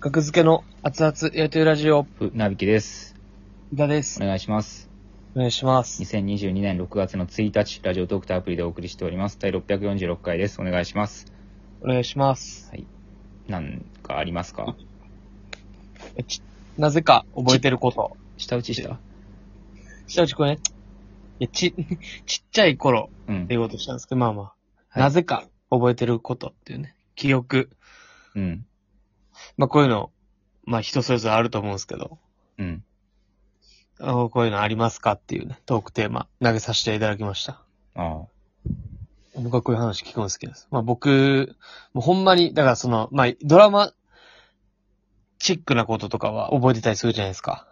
学付けの熱々やりとりラジオ、ふ、なびきです。伊田です。お願いします。お願いします。 2022年6月の1日、ラジオトークとアプリでお送りしております。第646回です。お願いします。お願いします。なんかありますかえちなぜか覚えてること。下打ちした下打ちこれね、いやち、 ちっちゃい頃うんって。いうことしたんですけど、まあまあ、はいなぜか覚えてることっていうね、記憶。うん。まあこういうの、まあ人それぞれあると思うんですけど、うん。あのこういうのありますかっていうね、トークテーマ投げさせていただきました。あ僕はこういう話聞くの好きなんです。まあ僕、もうほんまに、だからその、まあドラマ、チックなこととかは覚えてたりするじゃないですか。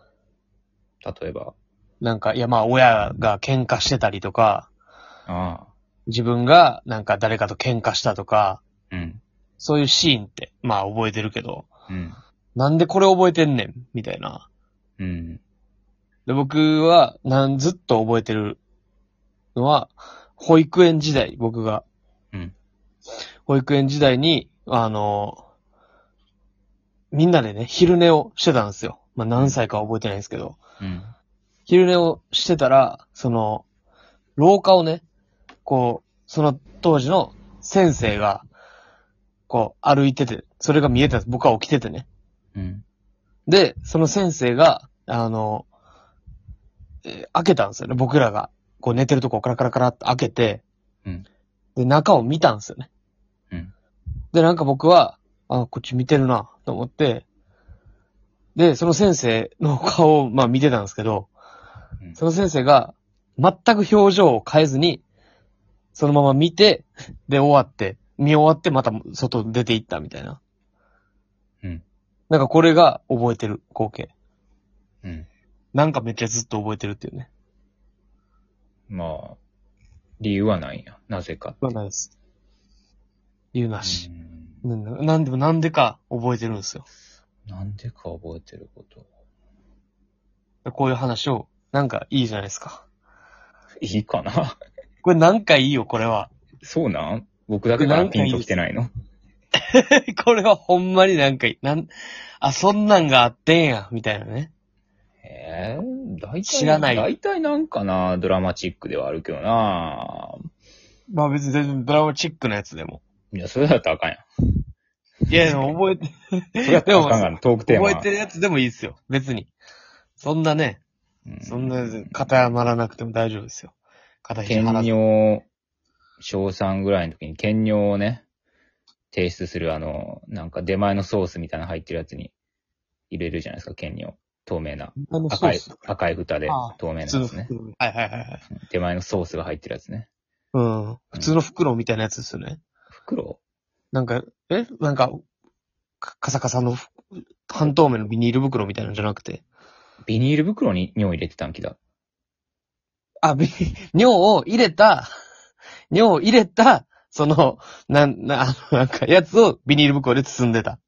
あ。例えば。なんか、いやまあ親が喧嘩してたりとか、ああ。自分がなんか誰かと喧嘩したとか、うん。そういうシーンって、まあ覚えてるけど、うん。なんでこれ覚えてんねんみたいな。うん。で、僕は、なん、ずっと覚えてるのは、保育園時代、僕が。うん保育園時代に、あの、みんなでね、昼寝をしてたんですよ。まあ、何歳かは覚えてないんですけど。うん。昼寝をしてたら、その、廊下をね、こう、その当時の先生が、こう、歩いてて、それが見えたんです。僕は起きててね。うん。で、その先生が、あの、えー開けたんですよね。僕らが、こう寝てるとこをカラカラカラって開けて、うんで、中を見たんですよね。うんで、なんか僕は、あ、こっち見てるな、と思って、で、その先生の顔を、まあ見てたんですけど、うんその先生が、全く表情を変えずに、そのまま見て、で、終わって、見終わって、また外出ていったみたいな。うん。なんかこれが覚えてる光景。うん。なんかめっちゃずっと覚えてるっていうね。まあ、理由はないや。なぜか。まあないです。言うなしう。んうんななんでもなんでか覚えてるんですよ。なんでか覚えてること。こういう話を、なんかいいじゃないですか。いいかな これなんかいいよ、これは。 そうなん僕だけからピンときてないのこれはほんまになんかいい。なん、あ、そんなんがあってんや、みたいなね。ええ大体、知らない大体なんかな、ドラマチックではあるけどな。まあ別に全然ドラマチックなやつでも。いや、それだったらあかんやいや、でも覚えて、ん。それだったらあかんから、トークテーマ。覚えてるやつでもいいですよ。別に。そんなね、うんそんな、偏らなくても大丈夫ですよ。片肘兼張らず。業、小3ぐらいの時に兼業をね、提出するあの、なんか出前のソースみたいなの入ってるやつに入れるじゃないですか、兼業。透明な。あのそう赤でいす、赤い蓋でああ透明なや普つ通のね。服のはいはいはいはい。出前のソースが入ってるやつね。うん。普通の袋みたいなやつですよね。袋なんか、えなんか、かカサカサのふ半透明のビニール袋みたいなのじゃなくて。ビニール袋に尿入れてたんきだ。あ、ビ尿を入れた、尿を入れた、その、なん、な、あの、なんか、やつをビニール袋で包んでた。っ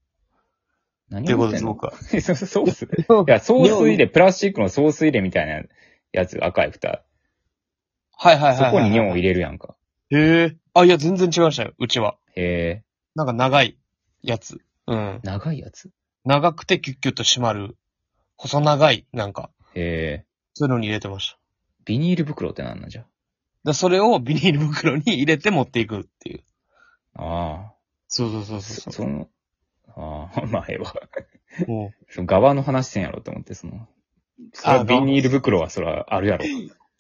何ていうをこ言とっでてす、僕は。んのそう そうソース。いや、ソース入れ、プラスチックのソース入れみたいなやつ、赤い蓋。はいはいはいはい。そこに尿を入れれるやんか。へえ。あ、いや、全然違いましたよ、うちは。へえ、なんか長いやつ。うん。長いやつ。長くてキュッキュッと締まる。細長い、なんか、へえ、そういうのに入れてました。ビニール袋ってなんなんじゃ。で、それをビニール袋に入れて持っていくっていう。ああ、そうそうそうそそう。その、ああ、 まあええわ。もうその側の話せんやろと思って、その。そあらビニール袋はそらあるやろ。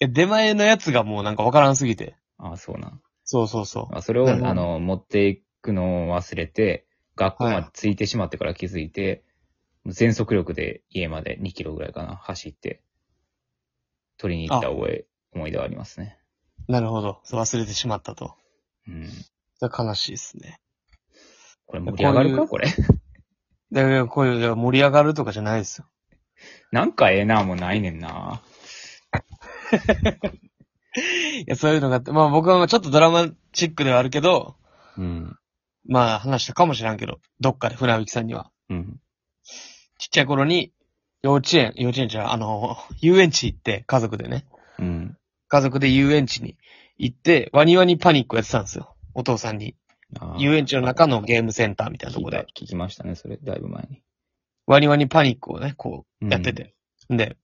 え、出前のやつがもうなんかわからんすぎて。ああ、そうなん。そうそうそあそれを、なるほどあの、持っていくのを忘れて、学校まで着いてしまってから気づいて、全速力で家まで2キロぐらいかな、走って、取りに行った覚え、思い出はありますね。う。なるほど。そう忘れてしまったと。うん。それ悲しいですね。これ盛り上がるかここれ。 だからこういう、だから盛り上がるとかじゃないですよ。なんかええな、もうないねんな。いや、そういうのがあって、まあ僕はちょっとドラマチックではあるけど、うん。まあ話したかもしらんけど、どっかで船引さんには。うん。ちっちゃい頃に、幼稚園、幼稚園じゃないあの、遊園地行って、家族でね。うん。家族で遊園地に行って、ワニワニパニックやってたんですよ。お父さんに。あー遊園地の中のゲームセンターみたいなとこで。聞いた聞きましたね、それ、だいぶ前に。ワニワニパニックをね、こうう、んやって。て。で、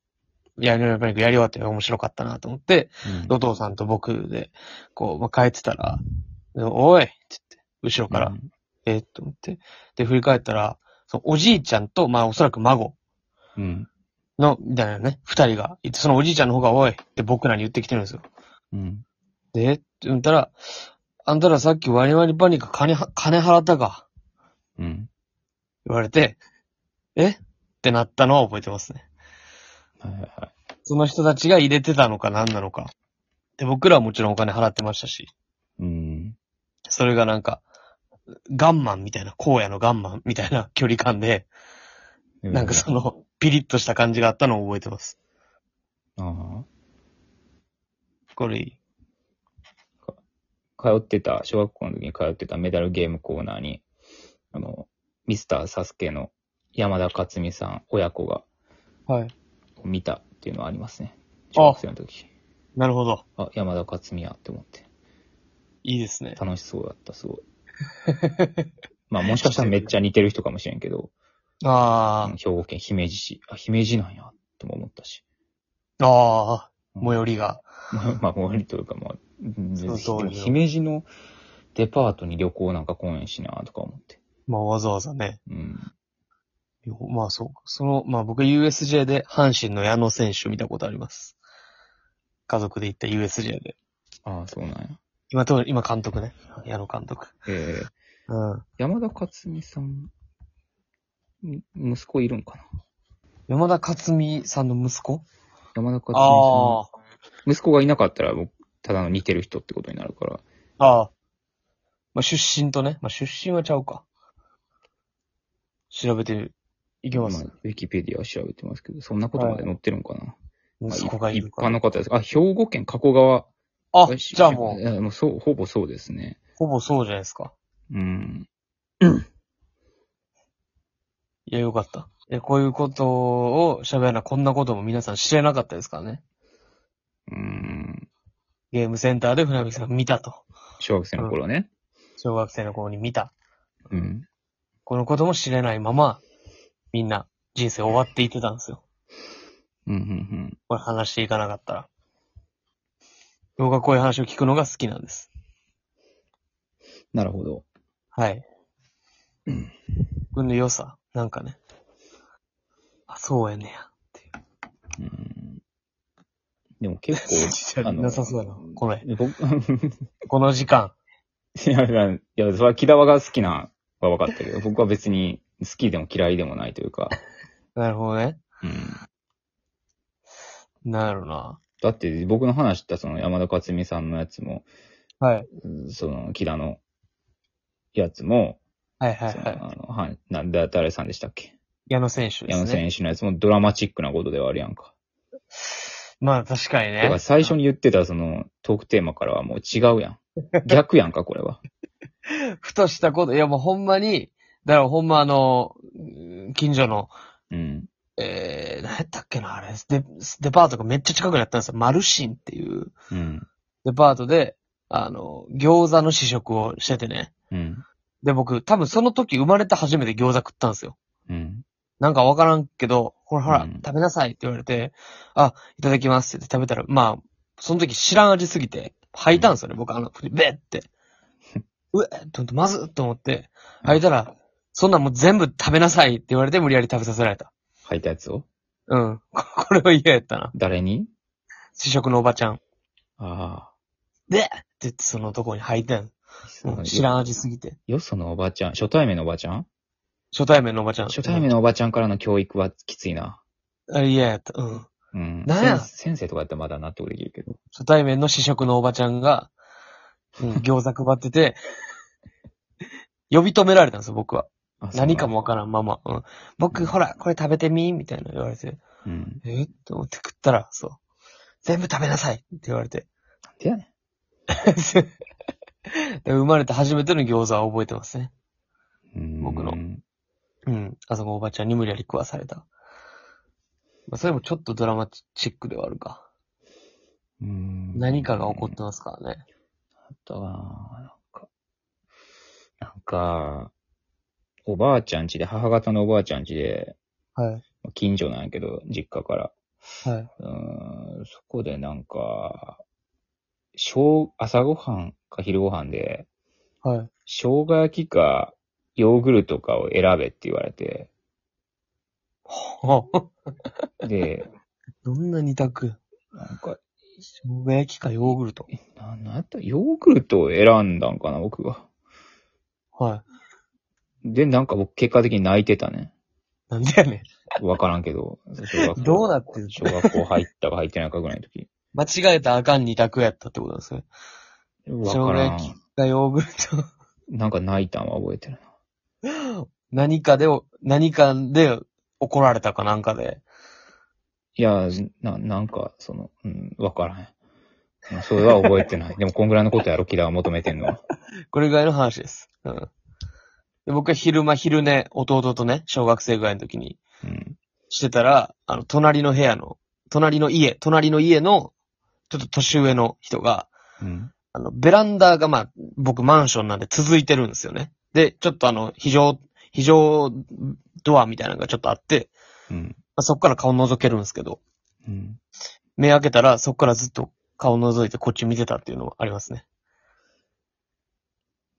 やりワニパニックやり終わって面白かったなと思って、うお父さんと僕で、こう、まあ、帰ってたら、でおいって言って、後ろんから、えーっと思って。で、振り返ったら、そのおじいちゃんと、まあ、おそらく孫うん。の、みたいなね、二人がいて、そのおじいちゃんの方が、おいって僕らに言ってきてるんですよ。うん。で、って言ったら、あんたらさっきワニワニパニック金は、金払ったかうん。言われて、えってなったのは覚えてますね。はいはいはい。その人たちが入れてたのか何なのか。で、僕らはもちろんお金払ってましたし、うん。それがなんか、ガンマンみたいな、荒野のガンマンみたいな距離感で、なんかその、ピリッとした感じがあったのを覚えてます。あこれいい。あ。通ってた、小学校の時に通ってたメダルゲームコーナーに、あの、ミスターサスケの山田勝美さん親子がはい。見たっていうのはありますね。小学生の時。なるほど。あ山田勝美やって思って。いいですね。楽しそうだった、す ごい。まあもしかしたらめっちゃ似てる人かもしれんけど、あ兵庫県姫路市。あ、姫路なんや、とも思ったし。 あ、ああ、うん最寄りが。まあ、もうりというか、まあ、うんそでの通りよも姫路のデパートに旅行なんか来んしなとか思って。まあわざわざね。うん。まあそうか。その、まあ僕は USJ で阪神の矢野選手を見たことあります。家族で行った USJ で。ああ、そうなんや。今と、今監督ね。矢野監督。ええうん。山田勝美さん、ん息子いるんかな山田勝美さんの息子山田勝あ美さん。息子がいなかったら、もうただの似てる人ってことになるから。あ、ああ。まあ出身とね。まあ出身はちゃうか。調べていきます。今ウィキペディアを調べてますけど、そんなことまで載ってるんかな、まあ息子がいるか一ら。般の方です。あ、兵庫県加古川。あ、じゃあもう、う。もうそう、ほぼそうですね。ほぼそうじゃないですか。うん。いや、よかった。え、こういうことを喋らな、こんなことも皆さん知らなかったですからね。うん。ゲームセンターで船引さんが見たと。小学生の頃ね。小学生の頃に見た。うん。このことも知れないまま、みんな人生終わっていってたんですよ。うん、うん、これ話していかなかったら。僕はこういう話を聞くのが好きなんです。うん。なるほど。はい。うん僕の良さ、なんかね。あ、そうやねや。うん。でも結 構、あの、なさそうやな。これ。僕、この時間。いや、いや、いやそれは木川が好きなのは分かった けど、僕は別に好きでも嫌いでもないというか、なるほどね。うん。なるな。だって僕の話したその山田勝美さんのやつも、はい。うんその木田のやつも、はいはいそはのい。あのはい、なんだ、誰さんでしたっけ矢野選手ですね。山田選手のやつもドラマチックなことではあるやんか。まあ確かにだかねら。最初に言ってたそのトークテーマからはもう違うやん。逆やんか、これは。 ふとしたこと、いやもうほんまに、だからほんまあの、うん近所の、うん。えー、何やったっけな、あれ。デデパートがめっちゃ近くにあったんですよ。マルシンっていううん。デパートで、あの、餃子の試食をしててね。うん。で、僕、多分その時生まれて初めて餃子食ったんですよ。うん。なんかわからんけど、ほらほら、うん食べなさいって言われて、あ、いただきますって言って食べたら、まあ、その時知らん味すぎて、吐いたんですよね、僕、あの、べ って。うえと思って、まずっと思って、吐いたら、そんなんもう全部食べなさいって言われて無理やり食べさせられた。履いたやつをうん。こ これは嫌やったな。誰に試食のおばちゃん。あでって言ってそのとこに履いてん。あ。もう知らん味すぎて。よそのおばちゃん、初対面のおばちゃん初対面のおばちゃん。初対面のおばちゃんからの教育はきついな。あ嫌やった。うん。うん。なんや先先生とかやったらまだ納得できるけど。初対面の試食のおばちゃんが、うん、餃子配って て、呼び止められたんですよ、僕は。あ何かも。わそからんまま。うん、僕、ほら、これ食べてみみたいな言われて、うなんうん。えと思って食ったら、そう。全部食べなさいって言われて。 てやねん。で生まれて初めての餃子は覚えてますね。うん僕の。うん。あそこおばちゃんに無理やり食わされた。まあ、それもちょっとドラマチックではあるか。うん。何かが起こってますからね。たかな。なんか、なんか、おばあちゃんちで、母方のおばあちゃんちで、はい。近所なんやけど、実家から。はい。うーん、そこでなんか、小、朝ごはんか昼ごはんで、はい。生姜焼きかヨーグルトかを選べって言われて、あ、で、 どんな二択なんか、生姜焼きかヨーグルト。ななんやったヨーグルトを選んだんかな、僕は。はで、なんか僕結果的に泣いてたね。い。なんでやねん。わからんけど。小学校どうなってんの小学校入ったか入ってないかぐらいの時。間違えたらあかん二択やったってことなんですね。生わか姜ら焼きん。かヨーグルト。 なんか泣いたんは覚えてるな。何かで、何かで怒られたかなんかで。いや、な、なんか、その、うん、わからん。それは覚えてない。でも、こんぐらいのことやろ、キラー求めてんのは。これぐらいの話です。うん。で僕は昼間、昼寝、弟とね、小学生ぐらいの時にうん。してたら、あの、隣の部屋の、隣の家、隣の家の、ちょっと年上の人が、うん。あの、ベランダがまあ、僕マンションなんで続いてるんですよね。で、ちょっとあの、非常、非常ドアみたいなのがちょっとあって、うん。まあ、そっから顔覗けるんですけど、うん。目開けたらそっからずっと顔覗いてこっち見てたっていうのもありますね。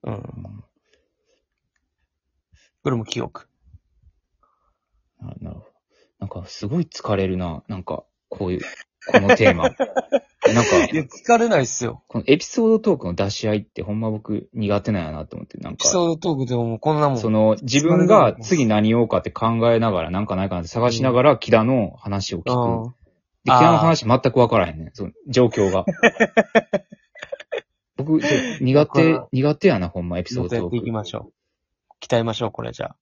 うん。これも記憶。ななるほど。なんか、すごい疲れるな。なんか、こういう、このテ ーマ。なんか、いや、聞かれないっすよ。このエピソードトークの出し合いって、ほんま僕、苦手なんやなと思って、なんエかピ、ソードトークでももうこんなもん。その、自分が次何言おうかって考えながら、なんかないかなって探しながら、キラの話を聞く。うん。で、キラの話全くわからへんね。その状 況が。僕、ちょ苦だか手ら、苦手やな、ほんま、エピちソょーっとドやトってーいクき。ましょう。鍛えましょう、これじゃあ。